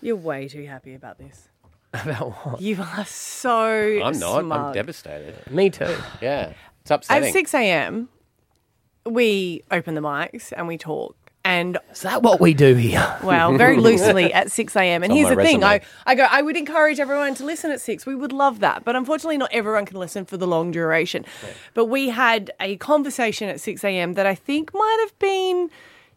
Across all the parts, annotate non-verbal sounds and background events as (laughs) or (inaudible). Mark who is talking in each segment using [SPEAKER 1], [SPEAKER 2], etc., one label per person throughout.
[SPEAKER 1] You're way too happy about
[SPEAKER 2] (laughs)
[SPEAKER 1] this.
[SPEAKER 3] About what?
[SPEAKER 1] You are so.
[SPEAKER 2] I'm not. I'm
[SPEAKER 1] smug.
[SPEAKER 2] devastated.
[SPEAKER 1] (sighs)
[SPEAKER 3] Me too.
[SPEAKER 2] Yeah. It's
[SPEAKER 1] At
[SPEAKER 2] upsetting.
[SPEAKER 1] 6 a.m., we open the mics and we talk. And
[SPEAKER 3] Is that what we do here?
[SPEAKER 1] Well,
[SPEAKER 2] (laughs)
[SPEAKER 1] very loosely at 6 a.m. And
[SPEAKER 2] on
[SPEAKER 1] here's
[SPEAKER 2] my
[SPEAKER 1] the thing I,
[SPEAKER 2] resume.
[SPEAKER 1] I go, I would encourage everyone to listen at 6. We would love that. But unfortunately, not everyone can listen for the long duration. But we had a conversation at 6 a.m. that I think might have been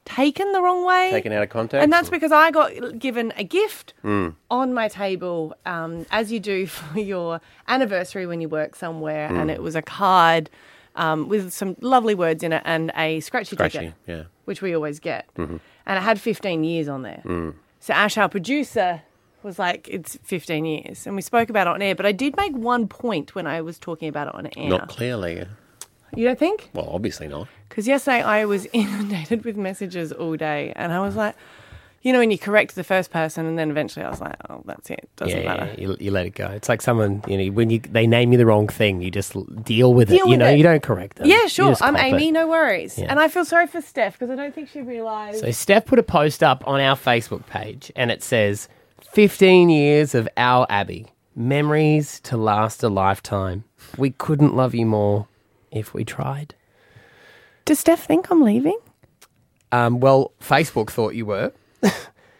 [SPEAKER 1] taken the wrong way.
[SPEAKER 2] Taken out of context.
[SPEAKER 1] And that's because I got given a gift
[SPEAKER 2] Mm.
[SPEAKER 1] on my table, um, as you do (laughs) for your anniversary when you work somewhere.
[SPEAKER 2] Mm.
[SPEAKER 1] And it was a card um, with some lovely words in it and a scratchy,
[SPEAKER 2] Scratchy,
[SPEAKER 1] ticket,
[SPEAKER 2] yeah. Mm-hmm.
[SPEAKER 1] which we always get. And it had 15 years on there.
[SPEAKER 2] Mm.
[SPEAKER 1] So Ash, our producer, was like, it's 15 years. And we spoke about it on air. But I did make one point when I was talking about it on air.
[SPEAKER 2] Not clearly.
[SPEAKER 1] You don't think?
[SPEAKER 2] Well, obviously not.
[SPEAKER 1] Because yesterday I was (laughs) inundated with messages all day, and I was like, you know, when you correct the first person, and then eventually I was like, oh, that's it, doesn't
[SPEAKER 3] Yeah,
[SPEAKER 1] matter.
[SPEAKER 3] you, you let it go. It's like someone, you know, when you they name you the wrong thing, you just l- deal with it.
[SPEAKER 1] Deal
[SPEAKER 3] you
[SPEAKER 1] with
[SPEAKER 3] know,
[SPEAKER 1] it.
[SPEAKER 3] you don't correct them.
[SPEAKER 1] Yeah,
[SPEAKER 3] You
[SPEAKER 1] sure.
[SPEAKER 3] just
[SPEAKER 1] I'm
[SPEAKER 3] cop
[SPEAKER 1] Amy,
[SPEAKER 3] it.
[SPEAKER 1] no worries.
[SPEAKER 3] Yeah.
[SPEAKER 1] And I feel sorry for Steph because I don't think she realised.
[SPEAKER 3] So Steph put a post up on our Facebook page, and it says, "15 years of our Abbey memories to last a lifetime. We couldn't love you more if we tried."
[SPEAKER 1] Does Steph think I'm leaving?
[SPEAKER 3] Um, well, Facebook thought you were.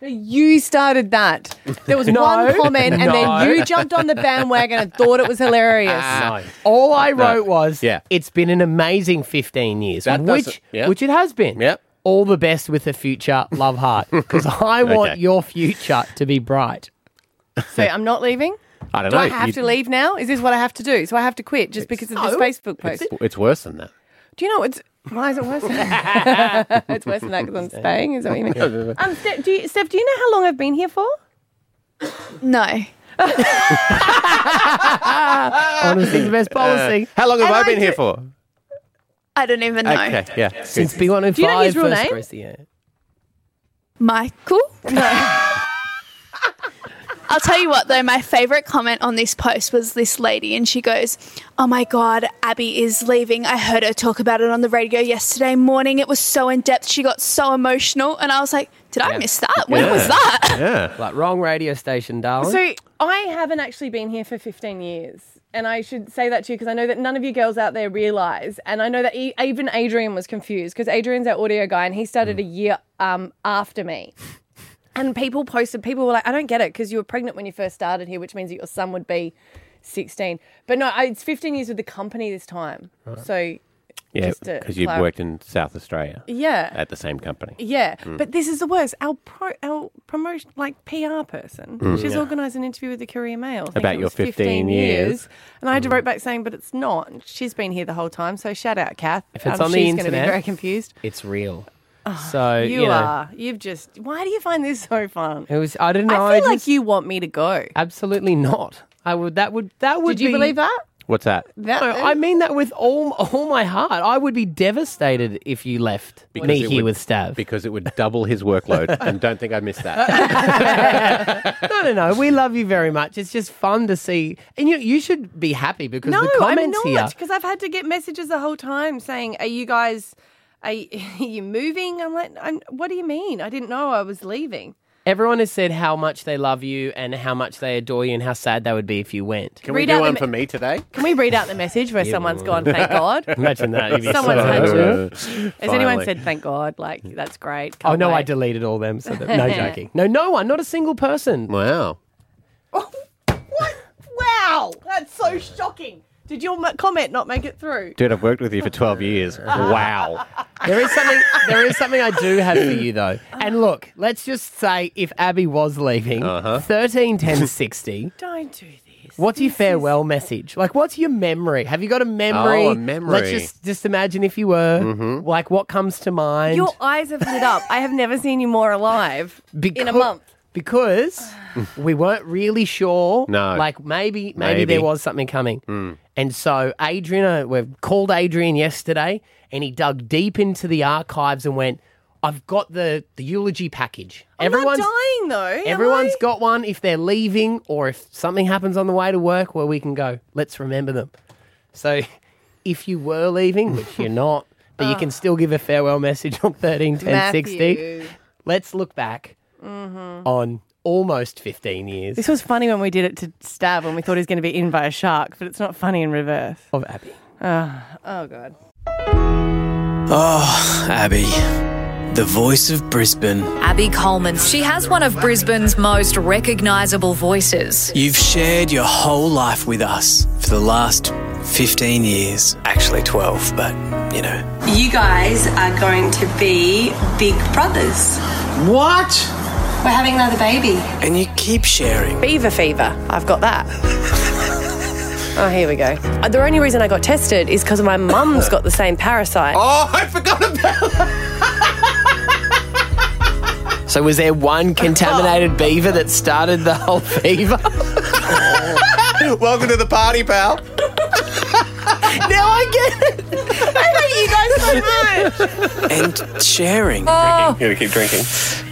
[SPEAKER 1] You started that. There (laughs) was one comment, and (laughs)
[SPEAKER 3] No.
[SPEAKER 1] then you jumped on the bandwagon and thought it was hilarious.
[SPEAKER 2] (laughs)
[SPEAKER 3] No. (laughs) All I wrote was,
[SPEAKER 2] Yeah.
[SPEAKER 3] it's been an amazing 15 years,
[SPEAKER 2] That
[SPEAKER 3] which
[SPEAKER 2] doesn't- yeah.
[SPEAKER 3] which it has been.
[SPEAKER 2] Yep.
[SPEAKER 3] All the best with the future, love
[SPEAKER 2] (laughs)
[SPEAKER 3] heart, because I want
[SPEAKER 2] Okay.
[SPEAKER 3] your future to be bright.
[SPEAKER 1] So I'm not leaving.
[SPEAKER 2] I don't
[SPEAKER 1] Do
[SPEAKER 2] know.
[SPEAKER 1] I have
[SPEAKER 2] You-
[SPEAKER 1] to leave now? Is this what I have to do? So I have to quit just because of this
[SPEAKER 3] No.
[SPEAKER 1] Facebook post?
[SPEAKER 2] It's worse than that.
[SPEAKER 1] Do you know it's why is it worse? Than it's worse than that because I'm staying. Is that what you mean? Um, Steph, do you, Steph, do you know how long I've been here for?
[SPEAKER 4] No.
[SPEAKER 2] Uh,
[SPEAKER 3] Honestly, the
[SPEAKER 2] (laughs)
[SPEAKER 3] best policy.
[SPEAKER 2] How long have
[SPEAKER 1] And
[SPEAKER 2] I
[SPEAKER 1] I
[SPEAKER 2] been here
[SPEAKER 1] do-
[SPEAKER 2] for?
[SPEAKER 4] I don't even know.
[SPEAKER 2] Okay,
[SPEAKER 1] (laughs)
[SPEAKER 2] yeah.
[SPEAKER 3] Since B105
[SPEAKER 1] Do you know his real
[SPEAKER 3] first
[SPEAKER 1] name?
[SPEAKER 3] grows the year.
[SPEAKER 4] Michael? (laughs) I'll tell you what, though, my favourite comment on this post was this lady, and she goes, Oh my God, Abby is leaving. I heard her talk about it on the radio yesterday morning. It was so in depth. She got so emotional. And I was like, Did I miss that? When
[SPEAKER 2] Yeah.
[SPEAKER 4] was that?
[SPEAKER 2] Yeah.
[SPEAKER 3] Like, wrong radio station, darling.
[SPEAKER 1] So I haven't actually been here for 15 years. And I should say that to you because I know that none of you girls out there realize. And I know that e- even Adrian was confused because Adrian's our audio guy and he started a year um, after me. And people posted, people were like, I don't get it because you were pregnant when you first started here, which means that your son would be 16. But no, I, it's 15 years with the company this time. So
[SPEAKER 2] Yeah,
[SPEAKER 1] Just to
[SPEAKER 2] because you've
[SPEAKER 1] clar-
[SPEAKER 2] worked in South Australia
[SPEAKER 1] yeah.
[SPEAKER 2] at the same company.
[SPEAKER 1] Yeah,
[SPEAKER 3] Mm.
[SPEAKER 1] but this is the worst. Our pro, our promotion, like PR person,
[SPEAKER 3] Mm.
[SPEAKER 1] she's organised an interview with the Courier Mail I think
[SPEAKER 2] About
[SPEAKER 1] it
[SPEAKER 2] your
[SPEAKER 1] was
[SPEAKER 2] 15 years.
[SPEAKER 1] and I had to
[SPEAKER 3] Mm.
[SPEAKER 1] write back saying, "But it's not." She's been here the whole time, so shout out, Kath.
[SPEAKER 3] If it's
[SPEAKER 1] Um,
[SPEAKER 3] on the
[SPEAKER 1] she's gonna
[SPEAKER 3] internet,
[SPEAKER 1] be very confused.
[SPEAKER 3] it's real. so,
[SPEAKER 1] Ah, You,
[SPEAKER 3] you, know,
[SPEAKER 1] are. You've just. Why do you find this so fun?
[SPEAKER 3] It was, I don't know.
[SPEAKER 1] I feel
[SPEAKER 3] I
[SPEAKER 1] like
[SPEAKER 3] just-
[SPEAKER 1] you want me to go.
[SPEAKER 3] Absolutely not. I would, that would, that would
[SPEAKER 1] Did you
[SPEAKER 3] be-
[SPEAKER 1] believe that?
[SPEAKER 2] What's that?
[SPEAKER 1] That
[SPEAKER 3] No, I mean that with all all my heart. I would be devastated if you left me here
[SPEAKER 2] it would-
[SPEAKER 3] with Stav.
[SPEAKER 2] Because it would double his workload, and don't think I missed that.
[SPEAKER 1] (laughs)
[SPEAKER 3] no, no, no. We love you very much. It's just fun to see, and you you should be happy because
[SPEAKER 1] no,
[SPEAKER 3] the comments
[SPEAKER 1] I'm
[SPEAKER 3] here.
[SPEAKER 1] not because I've had to get messages the whole time saying, "Are you guys?" Are you (laughs) are you moving? I'm like, I'm, what do you mean? I didn't know I was leaving.
[SPEAKER 3] Everyone has said how much they love you and how much they adore you and how sad they would be if you went.
[SPEAKER 2] Can
[SPEAKER 1] Read
[SPEAKER 2] we
[SPEAKER 1] out
[SPEAKER 2] do
[SPEAKER 1] the
[SPEAKER 2] one
[SPEAKER 1] me-
[SPEAKER 2] for me today?
[SPEAKER 1] Can we read out the message where someone's gone, thank
[SPEAKER 3] (laughs)
[SPEAKER 1] God? Has
[SPEAKER 3] Imagine that. You'd be
[SPEAKER 1] Someone's had
[SPEAKER 3] so-
[SPEAKER 1] to. anyone
[SPEAKER 2] uh, Finally.
[SPEAKER 1] said, thank God? Like, that's great.
[SPEAKER 3] Oh
[SPEAKER 1] can't
[SPEAKER 3] no, I
[SPEAKER 1] wait."
[SPEAKER 3] deleted all them. So
[SPEAKER 1] (laughs)
[SPEAKER 3] that, no joking. No, no one. Not a single person.
[SPEAKER 2] Wow.
[SPEAKER 1] Wow, that's so shocking. Did your m- comment not make it through?
[SPEAKER 2] Dude, I've worked with you for
[SPEAKER 1] (laughs)
[SPEAKER 2] 12 years. Wow.
[SPEAKER 3] There is something. There is something I do have for you though. And look, let's just say if Abby was leaving,
[SPEAKER 1] Uh-huh.
[SPEAKER 3] thirteen ten sixty.
[SPEAKER 1] Don't do this.
[SPEAKER 3] What's your farewell message? Like, what's your memory? Have you got a memory?
[SPEAKER 2] Oh, a memory. Mm-hmm.
[SPEAKER 3] Let's just just imagine if you were. Like, what comes to mind?
[SPEAKER 1] Your eyes have lit up. I have never seen you more alive in a
[SPEAKER 3] Becau-
[SPEAKER 1] month.
[SPEAKER 2] (sighs)
[SPEAKER 3] Because we weren't really sure.
[SPEAKER 2] No.
[SPEAKER 3] Like, maybe, maybe,
[SPEAKER 2] Maybe. Mm.
[SPEAKER 3] there was something coming. And so, Adrian, uh, we called Adrian yesterday and he dug deep into the archives and went, I've got the, the eulogy package.
[SPEAKER 1] Everyone's dying though.
[SPEAKER 3] Everyone's got one if they're leaving or if something happens on the way to work where we can go, let's remember them. So (laughs) if you were leaving, which you're not, but you can still give a farewell message on 13, 10, 60,
[SPEAKER 1] Matthew.
[SPEAKER 3] let's look back on almost 15 years
[SPEAKER 5] This was funny when we did it to Stab when we thought he was going to be in by a shark, but it's not funny in reverse.
[SPEAKER 3] of Abby.
[SPEAKER 5] Oh, God.
[SPEAKER 6] Oh, Abby, the voice of Brisbane.
[SPEAKER 7] Abby Coleman. She has one of Brisbane's most recognisable voices.
[SPEAKER 6] You've shared your whole life with us for the last 15 years. Actually, 12, but you know.
[SPEAKER 8] You guys are going to be big brothers.
[SPEAKER 6] What?
[SPEAKER 8] We're having another baby.
[SPEAKER 6] And you keep sharing.
[SPEAKER 1] Beaver fever. I've got
[SPEAKER 3] (laughs)
[SPEAKER 1] that. Oh, here we go. Uh, The only reason I got tested is because my mum's got the same parasite.
[SPEAKER 6] Oh, I forgot about
[SPEAKER 3] So was there one contaminated beaver that started the whole fever?
[SPEAKER 6] Welcome to the party, pal.
[SPEAKER 3] now I get it. I hate you guys so much.
[SPEAKER 6] And
[SPEAKER 8] (laughs)
[SPEAKER 6] sharing.
[SPEAKER 9] Here we keep drinking.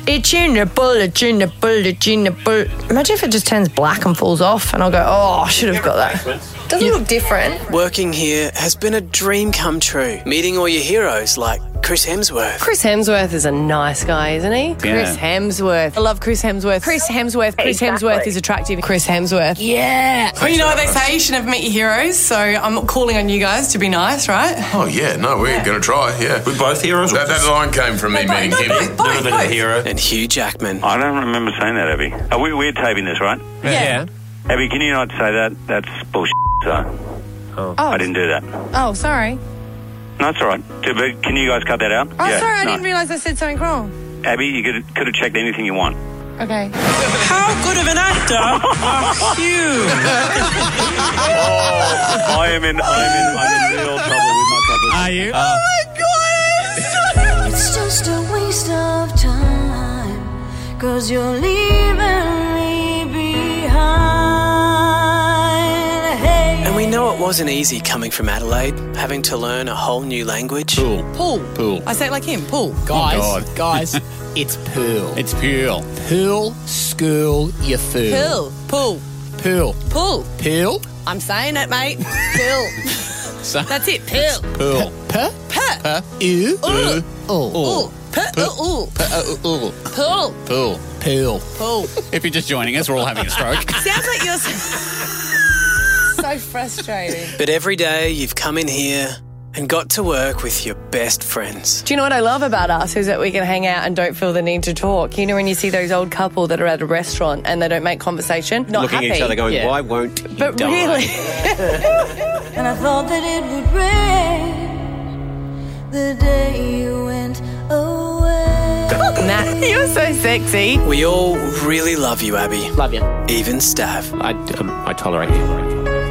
[SPEAKER 1] It's in a bullet, in a bullet, in a bullet. Imagine if it just turns black and falls off, and I'll go, oh, I should have got that. Doesn't look different.
[SPEAKER 6] Working here has been a dream come true. Meeting all your heroes like Chris Hemsworth.
[SPEAKER 1] Chris Hemsworth is a nice guy, isn't he? Chris Hemsworth. I love Chris Hemsworth. Chris Hemsworth. Chris Hemsworth is attractive. Chris Hemsworth. Yeah.
[SPEAKER 10] Well, you know what they say, you should never meet your heroes, so I'm calling on you guys to be nice, right?
[SPEAKER 2] Oh yeah, no, we're gonna try. Yeah,
[SPEAKER 9] We're both heroes.
[SPEAKER 2] that, that line came from me meeting him.
[SPEAKER 9] Never been a hero.
[SPEAKER 6] And Hugh Jackman.
[SPEAKER 9] I don't remember saying that, Abby. Are we, we're taping this, right?
[SPEAKER 3] Yeah.
[SPEAKER 9] Abby, can you not say that? That's bullshit. So. Oh. I didn't do that. No,
[SPEAKER 10] Oh, sorry.
[SPEAKER 9] it's all right. Too big. Can you guys cut that out?
[SPEAKER 10] Oh, sorry, I
[SPEAKER 9] no.
[SPEAKER 10] didn't realise I said something wrong.
[SPEAKER 9] Abby, you could, could have checked anything you want. (laughs)
[SPEAKER 10] Okay.
[SPEAKER 8] How good of an actor are you?
[SPEAKER 9] I am in. I am in. I'm in real trouble with my publicity. Are you?
[SPEAKER 2] Uh,
[SPEAKER 7] It's just a waste of time, cause you're leaving me behind.
[SPEAKER 6] And we know it wasn't easy coming from Adelaide, having to learn a whole new language.
[SPEAKER 10] Pool.
[SPEAKER 2] Pool.
[SPEAKER 10] I say it like him, pool.
[SPEAKER 3] Guys,
[SPEAKER 2] God. (laughs)
[SPEAKER 3] guys, it's Pearl.
[SPEAKER 2] It's Peel.
[SPEAKER 3] Pearl school, you fool.
[SPEAKER 10] Pool. Pool.
[SPEAKER 3] Pearl.
[SPEAKER 10] Pool.
[SPEAKER 3] Pearl.
[SPEAKER 10] I'm saying it, mate.
[SPEAKER 3] (laughs)
[SPEAKER 10] Pill. That's it, pill.
[SPEAKER 2] Pool.
[SPEAKER 3] Pearl.
[SPEAKER 10] Puh.
[SPEAKER 3] Ew.
[SPEAKER 10] Ooh.
[SPEAKER 3] Oh.
[SPEAKER 10] Ooh. Puh. Ooh. Pool.
[SPEAKER 2] Pool.
[SPEAKER 3] Pearl.
[SPEAKER 10] Pool.
[SPEAKER 2] If you're just joining us, we're all having a stroke.
[SPEAKER 10] Sounds like you're so frustrating.
[SPEAKER 6] But every day you've come in here and got to work with your best friends.
[SPEAKER 1] Do you know what I love about us is that we can hang out and don't feel the need to talk. You know, when you see those old couple that are at a restaurant and they don't make conversation,
[SPEAKER 11] (laughs)
[SPEAKER 1] not
[SPEAKER 11] Looking
[SPEAKER 1] happy.
[SPEAKER 11] at each other going,
[SPEAKER 3] Yeah.
[SPEAKER 11] why won't you
[SPEAKER 1] but
[SPEAKER 11] die?
[SPEAKER 1] (laughs) really,
[SPEAKER 7] And I thought that it would rain the day you went away.
[SPEAKER 1] Nat, you're so sexy.
[SPEAKER 6] We all really love you, Abby.
[SPEAKER 3] Love you.
[SPEAKER 6] Even Stav.
[SPEAKER 11] I, um, I tolerate you.